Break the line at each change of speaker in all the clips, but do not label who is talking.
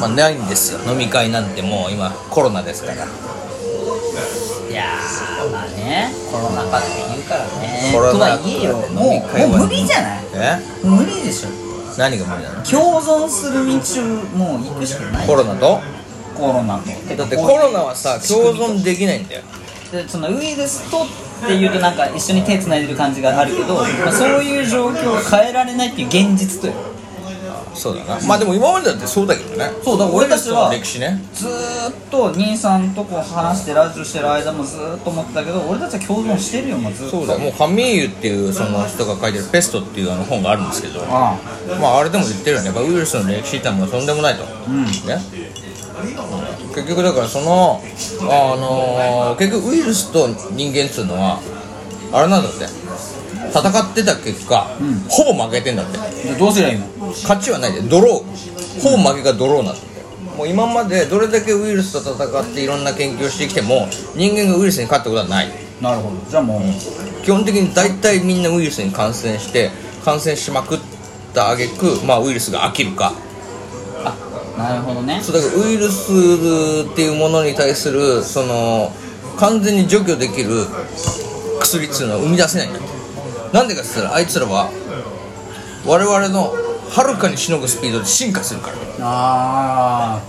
まあ、ないんですよ飲み会なんてもう今コロナですから
いやーまあねコロナ禍って言うからね
コロ
と
ナ禍
は
で
いえよも
飲み会は
うもう無理じゃない
え
無理でしょ
何が無理なの
共存する道をもう行くしかない
コロナと
コロナと
だってコロナはさ共存できないんだよ
でそのウイルスとっていうとなんか一緒に手つないでる感じがあるけど、まあ、そういう状況を変えられないっていう現実とよ
そうだなまあでも今までだってそうだけどね
そうだから俺たちは
歴史ね
ずーっと兄さんとこう話してラジオしてる間もずーっと思ってたけど俺たちは共存してるよもうずっと
そうだもうカミーユっていうその人が書いてる「ペスト」っていうあの本があるんですけど
あ
まああれでも言ってるよねやっぱウイルスの歴史ってのはもうとんでもないと、
ん
ね結局だからそのあのー結局ウイルスと人間っつうのはあれなんだって戦ってた結果、
ん
ほぼ負けてんだって
あでどうすりゃいいの
勝ちはないでドローほぼ負けがドローなんだってもう今までどれだけウイルスと戦っていろんな研究をしてきても人間がウイルスに勝ったことはない
なるほどじゃあもう、
基本的に大体みんなウイルスに感染して感染しまくった挙句まあウイルスが飽きるか
あなるほどね
そうだからウイルスっていうものに対するその完全に除去できる薬っていうのは生み出せないんだってなんでかって言ったらあいつらは我々のはるかにしのぐスピードで進化するから
あ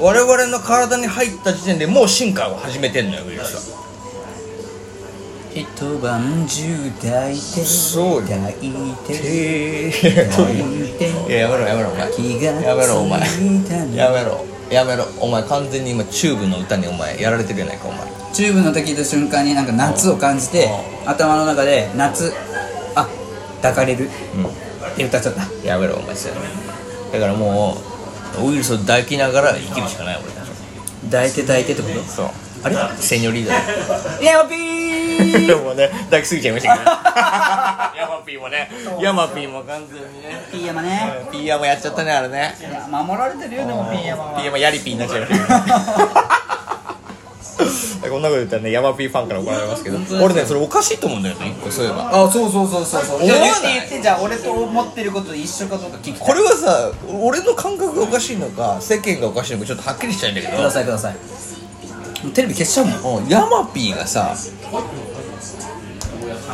我々の体に入った時点でもう進化を始めてんのよウイルスは
ー一晩中抱いて
そうよ
抱いて
え
抱いて
いややめろやめろお前
気が
やめろお前
ついたの
やめろやめろお前完全に今チューブの歌にお前やられてるやないかお前
チューブの音聞いた瞬間になんか夏を感じて頭の中で夏あ抱かれるって歌っちゃった
やめろお前それだからもうウイルスを抱きながら生きるしかない俺たちは
抱いて抱いてってこと
そう
あれ
セニョリーダ
ヤマピー
もね抱きすぎちゃいましたけどヤマピーもねヤマピーも完全にね
ピーヤマね
ピーヤもやっちゃったねあれね
いや守られてるよでもピーヤマ
ピーヤ
は
もヤリピーになっちゃいましたけど こんなこと言ったらねヤマピーファンから怒られますけど俺ねそれおかしいと思うんだよね一個そういえば
あそうそうそうそうそう
思
じゃ
わ
あ
ない
言って言ってじゃあ俺と思ってること一緒かどうか聞き
こ
たい
れはさ俺の感覚がおかしいのか世間がおかしいのかちょっとはっきりしたいんだけど
くださいくださいもうテレビ消しちゃうもん
うんヤマピーがさ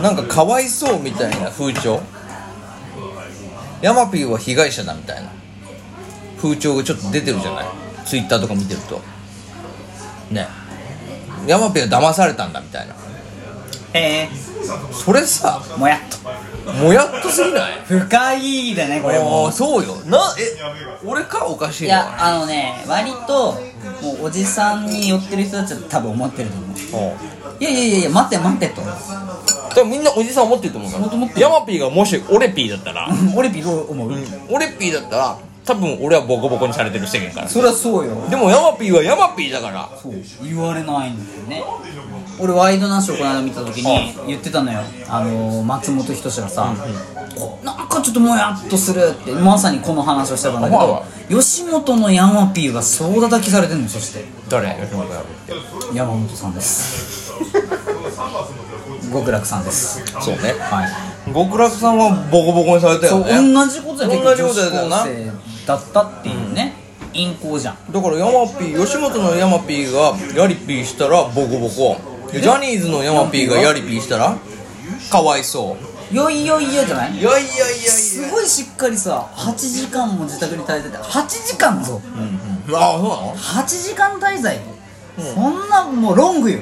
なんかかわいそうみたいな風潮ヤマピーは被害者だみたいな風潮がちょっと出てるじゃないツイッターとか見てるとねヤマピーは騙されたんだみたいな
え
それさ
ー、もやっと
もやっとすぎない
深いだねこれも
ああそうよなえ俺かおかしい
い
の
やあのね割ともうおじさんに寄ってる人たちは多分思ってると思う
うん
いやいやいやいや待て待てと
多分みんなおじさん思ってると思うか
本当思って
ら
る
ヤマピーがもし俺ピーだったら
俺ビどう思う、
俺ピーだったら多分俺はボコボコにされてる世間から
そりゃそうよ
でもヤマピーはヤマピーだから
そう言われないんだよね俺ワイドナショーこの間見た時に言ってたのよあのー松本人志がさ、こなんかちょっともやっとするってまさにこの話をしてたんだけ
お前
ど吉本のヤマピーは総叩きされてるのそして
誰吉本が
山本さんです 極楽さんです
そうね
はい
極楽さんはボコボコにされた
そ
よ
う
ね
同じことで結
同
構
じこ
女
とだ
子
よな
高生だったっていうね陰行じゃん
だからヤマピー吉本のヤマピーがヤリピーしたらボコボコジャニーズのヤマピーがヤリピーしたらかわいそ
よいよいよじゃないう
いやいやいやい
すごいしっかりさ8時間も自宅に滞在って8時間ぞ
やああそうなの
8時間滞在そんなもうロングよ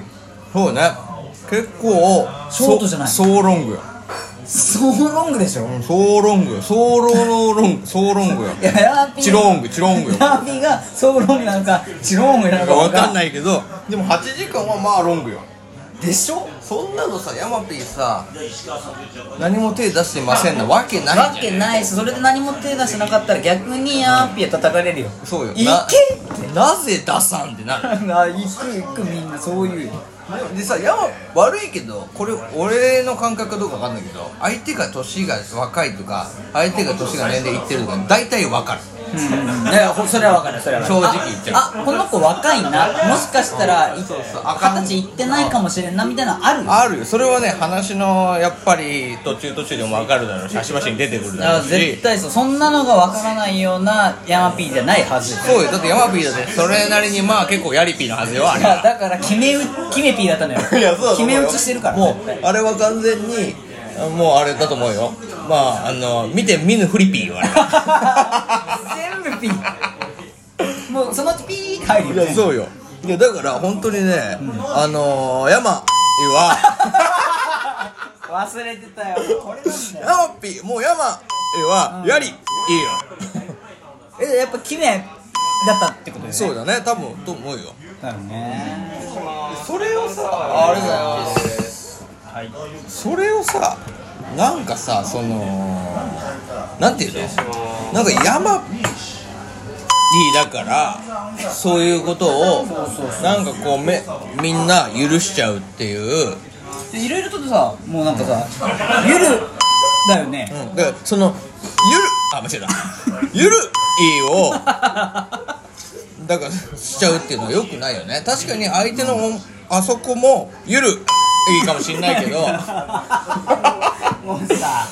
そうね結構
ショートじゃない
そうロングよ
そうロングでしょ
ソーロングよソーローロングソーロングよ
いやヤーピー
チローングチローングよ
ヤーピーがそうロングなのかチローングなのか
わかん
い
ないけどでも8時間はまあロングよ
でしょ
そんなのさヤマピーさ何も手出してませんなわけない
わけないしそれで何も手出してなかったら逆にヤーピーは叩かれるよ
そうよ
いけ
な
って
なぜ出さんってなる
あ行く行くみんなそういう
でさヤマ悪いけどこれ俺の感覚どうかわかんないけど相手が年が若いとか相手が年が年齢いってるとか大体わかる
うんうん、いやほそれは分かるそれは分かる
正直言っちゃう
ああこの子若いなもしかしたらい二十歳いってないかもしれんなみたいなのあるよ
あるよそれはね話のやっぱり途中途中でも分かるだろうし端々に出てくるだ
あ
ろうし
絶対そうそんなのが分からないようなヤマピーじゃないは ず
そうよだってヤマピーだねそれなりにまあ結構ヤリピーのはずよあ
い
れ
やだから決めう決めピーだったのよ
いやそうだと
決
思う
め
よ
打ちしてるから
もう
絶対
あれは完全にもうあれだと思うよまああの見て見ぬフリピーよあれは
全部ピーもうそのうちピーって入る
い
よ
や
ね
そうよいやだから本当にね、あのー、ヤマピーは
忘れてたよこれなんだよ
ヤマピーもうヤマピーはヤリいいよ
えやっぱ決めだったってことよね
そうだね多分と思うよ
だよね
それをさあれだよ
はい
それをさなんかさそのなんていうのなんか山にだからそういうことをなんかこうめみんな許しちゃうっていう、
でいろいろとさもうなんかさゆるだよね
うん、だからそのゆるあ間違えたゆるいをだからしちゃうっていうのはよくないよね確かに相手のほんあそこもゆるいいかもしんないけど
もうさ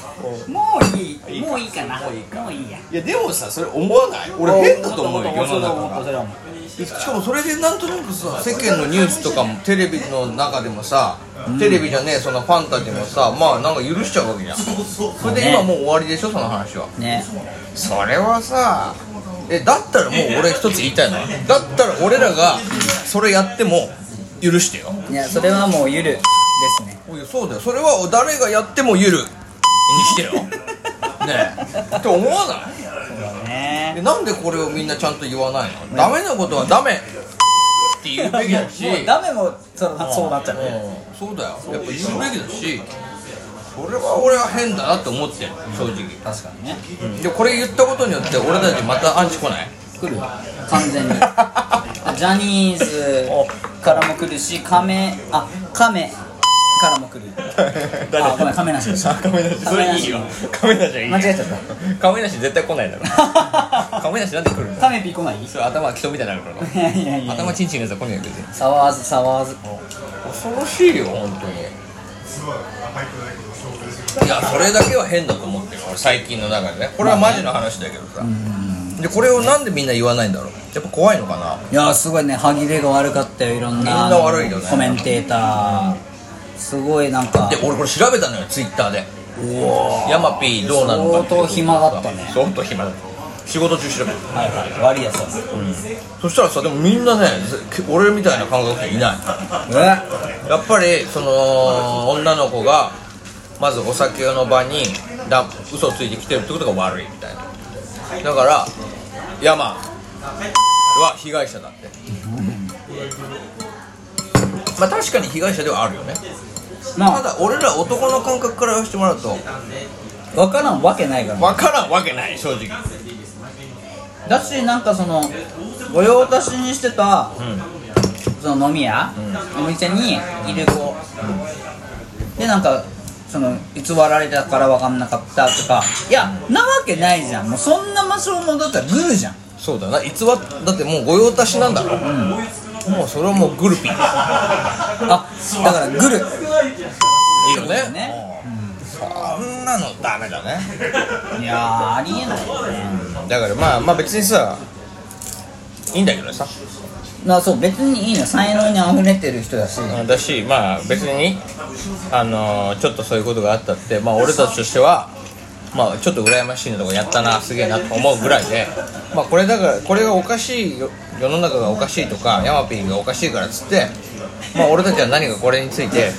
もういいもういいかなもういいや
いやでもさそれ思わない 俺変だと思うよ世の中が
それはもう
しかもそれでなんとなくさ世間のニュースとかもテレビの中でもさ、テレビじゃねえそのファンタジーもさまあなんか許しちゃうわけじゃんそれで今もう終わりでしょその話は
ね
それはさえだったらもう俺一つ言いたいのはだったら俺らがそれやっても許してよ
いやそれはもうゆるですね
おいそうだよそれは誰がやっても許にしてよねえって思わない
そうだね
でなんでこれをみんなちゃんと言わないのダメなことはダメって言うべきだし
もうダメもそうそうなっちゃうね
うんそうだよやっぱ言うべきだしそれは俺は変だなって思ってる正直
確かにね
でこれ言ったことによって俺たちまたアンチ来ない
来るわ完全 にジャニーズからも来るし亀あ亀からも来るあごめん亀梨でした
亀梨それいいよ亀梨はいいよ
間違えちゃっ
亀梨絶対来ないだろ
た
亀梨なんで来るの
亀ピー来ない
それ頭が人みたいになるから
いやいやいや
頭チンチンのやつは来ないよ別に
騒わず騒わず
恐ろしいよ本当にいやそれだけは変だと思ってる俺最近の中でねこれはマジの話だけどさでこれをなんでみんな言わないんだろうやっぱ怖いのかない
やーすごいね歯切れが悪かったよいろ
み
んな
んな悪いよね
コメンテーターすごいなんか
で俺これ調べたのよツイッターで
うわ
ヤマピーどうなのかって
相当暇だったね
相当暇だった仕事中調べた
はいはい悪いやつだね
そしたらさでもみんなねぜ俺みたいな感覚者いない
え
やっぱりその女の子がまずお酒の場にだ嘘ついてきてるってことが悪いみたいなだから山は被害者だってまあ確かに被害者ではあるよね
ま
た
あ
だ俺ら男の感覚から言わせてもらうと
分からんわけないからね
分からんわけない正直
だしなんかその御用達にしてた、その飲み屋、お店にいる子、でなんかその偽られたから分かんなかったとかいやなわけないじゃんもうそんな魔性もだったらグルじゃん
そうだな偽っだってもう御用達なんだろ、もうそれはもうグルピー
あだからグル
いいよ
そうだね
ねそんなのダメだね
いやーありえないよね
だからまあまあ別にさいいんだけどさ
まあそう別にいいの才能にあふれてる人だし
だしまあ別にあのーちょっとそういうことがあったってまあ俺たちとしてはまあちょっと羨ましいのとかやったなすげえなと思うぐらいでまあこれだからこれがおかしいよ世の中がおかしいとかヤマピーがおかしいからっつってまあ俺たちは何かこれについて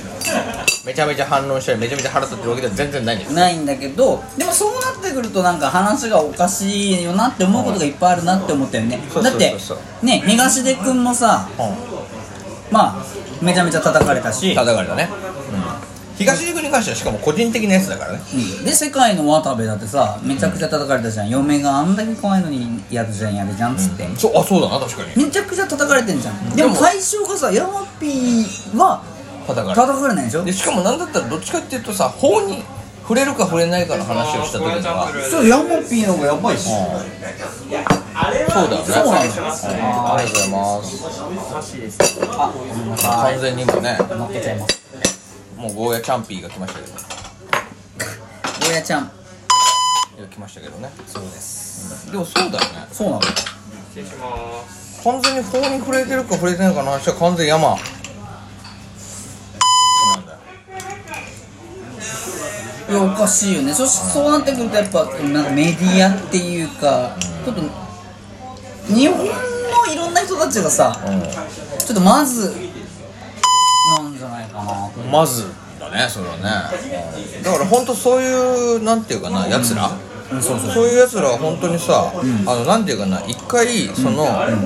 めちゃめちゃ反論したりめちゃめちゃ腹立ってるわけでは全然ないんです
ないんだけどでもそうなってくるとなんか話がおかしいよなって思うことがいっぱいあるなって思ったよね
そう
だって
そうそう
ね東出君もさ
うん
まあめちゃめちゃ叩かれたし、
叩かれたね、うん、東陸に関してはしかも個人的なやつだからね
うんで世界の渡部だってさめちゃくちゃ叩かれたじゃん、嫁があんだけ怖いのにやるじゃんやるじゃんっつって、
そうあそうだな確かに
めちゃくちゃ叩かれてんじゃん、
ん
でも
でも
対象がさヤマピーは
叩かれた
叩かれないでしょ
でしかもなんだったらどっちかっていうとさ法に触触れるか触れないかの話をした時には
ちょっとヤンモッピーの方がやばいっし
そうだよね
そうなんです
ありがとうございます
あ、
完全にもね
負けちゃいます
もうゴーヤキャンピーが来ましたけど
ゴーヤちゃん
いや来ましたけどねそうです、でもそうだよね
そうなの
完全に法に触れてるか触れてないかの話は完全に山なんだよ
いやおかしいよねそしそうなってくるとやっぱなんかメディアっていうかちょっと日本のいろんな人たちがさちょっとまずなんじゃないかな
うんまずだねそれはねだから本当そういうなんていうかなやつら、そういうやつらは本当にさ、あのなんていうかな一回その、あの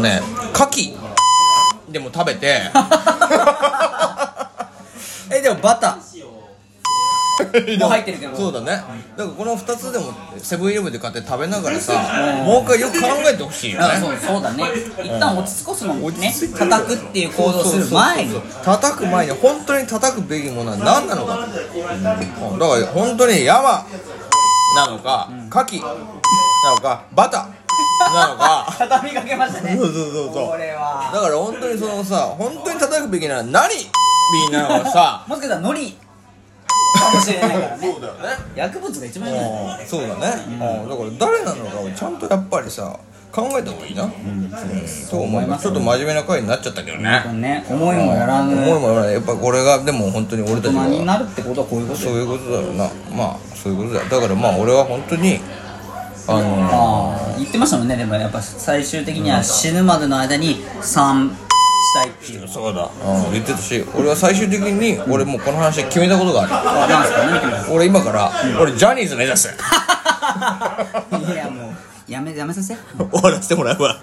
ね牡蠣でも食べて
えでもバターもう入ってるけど
そうだねだからこの2つでもセブンイレブンで買って食べながらさもう一回よく考えてほしいよね
あそうそうだね一旦落ち着こすのもね
落ち着いて
叩くっていう行動をする前に
そうそうそうそう叩く前に本当に叩くべきものは何なのかと、うんだから本当に山なのか牡蠣、なのかバターなのか
畳みかけましたね
そうそうそうそう
これは
だから本当にそのさ本当に叩くべきなら何みんなのさ
もしかしたら海苔かもしれないからね
そうだよね
薬物が一番いいね
うんそうだね、うん、だから誰なのかをちゃんとやっぱりさ考えた方がいいな、と思いますちょっと真面目な回になっちゃったけどね
ね思いもやらぬ
思いもよらないやっぱこれがでも本当に俺たち
大人に
が
なるってことはこういうこと
そういうことだろうなまあそういうことだよだからまあ俺は本当にあの
ああ言ってましたもんねでもやっぱ最終的には死ぬまでの間に3したいっていう
そうだ、うん、言ってたし俺は最終的に俺もうこの話で決めたことがあ
あなんすか何決めた
る俺今から俺ジャニーズ目指す
いやもうやめやめさせ
終わらせてもらうわ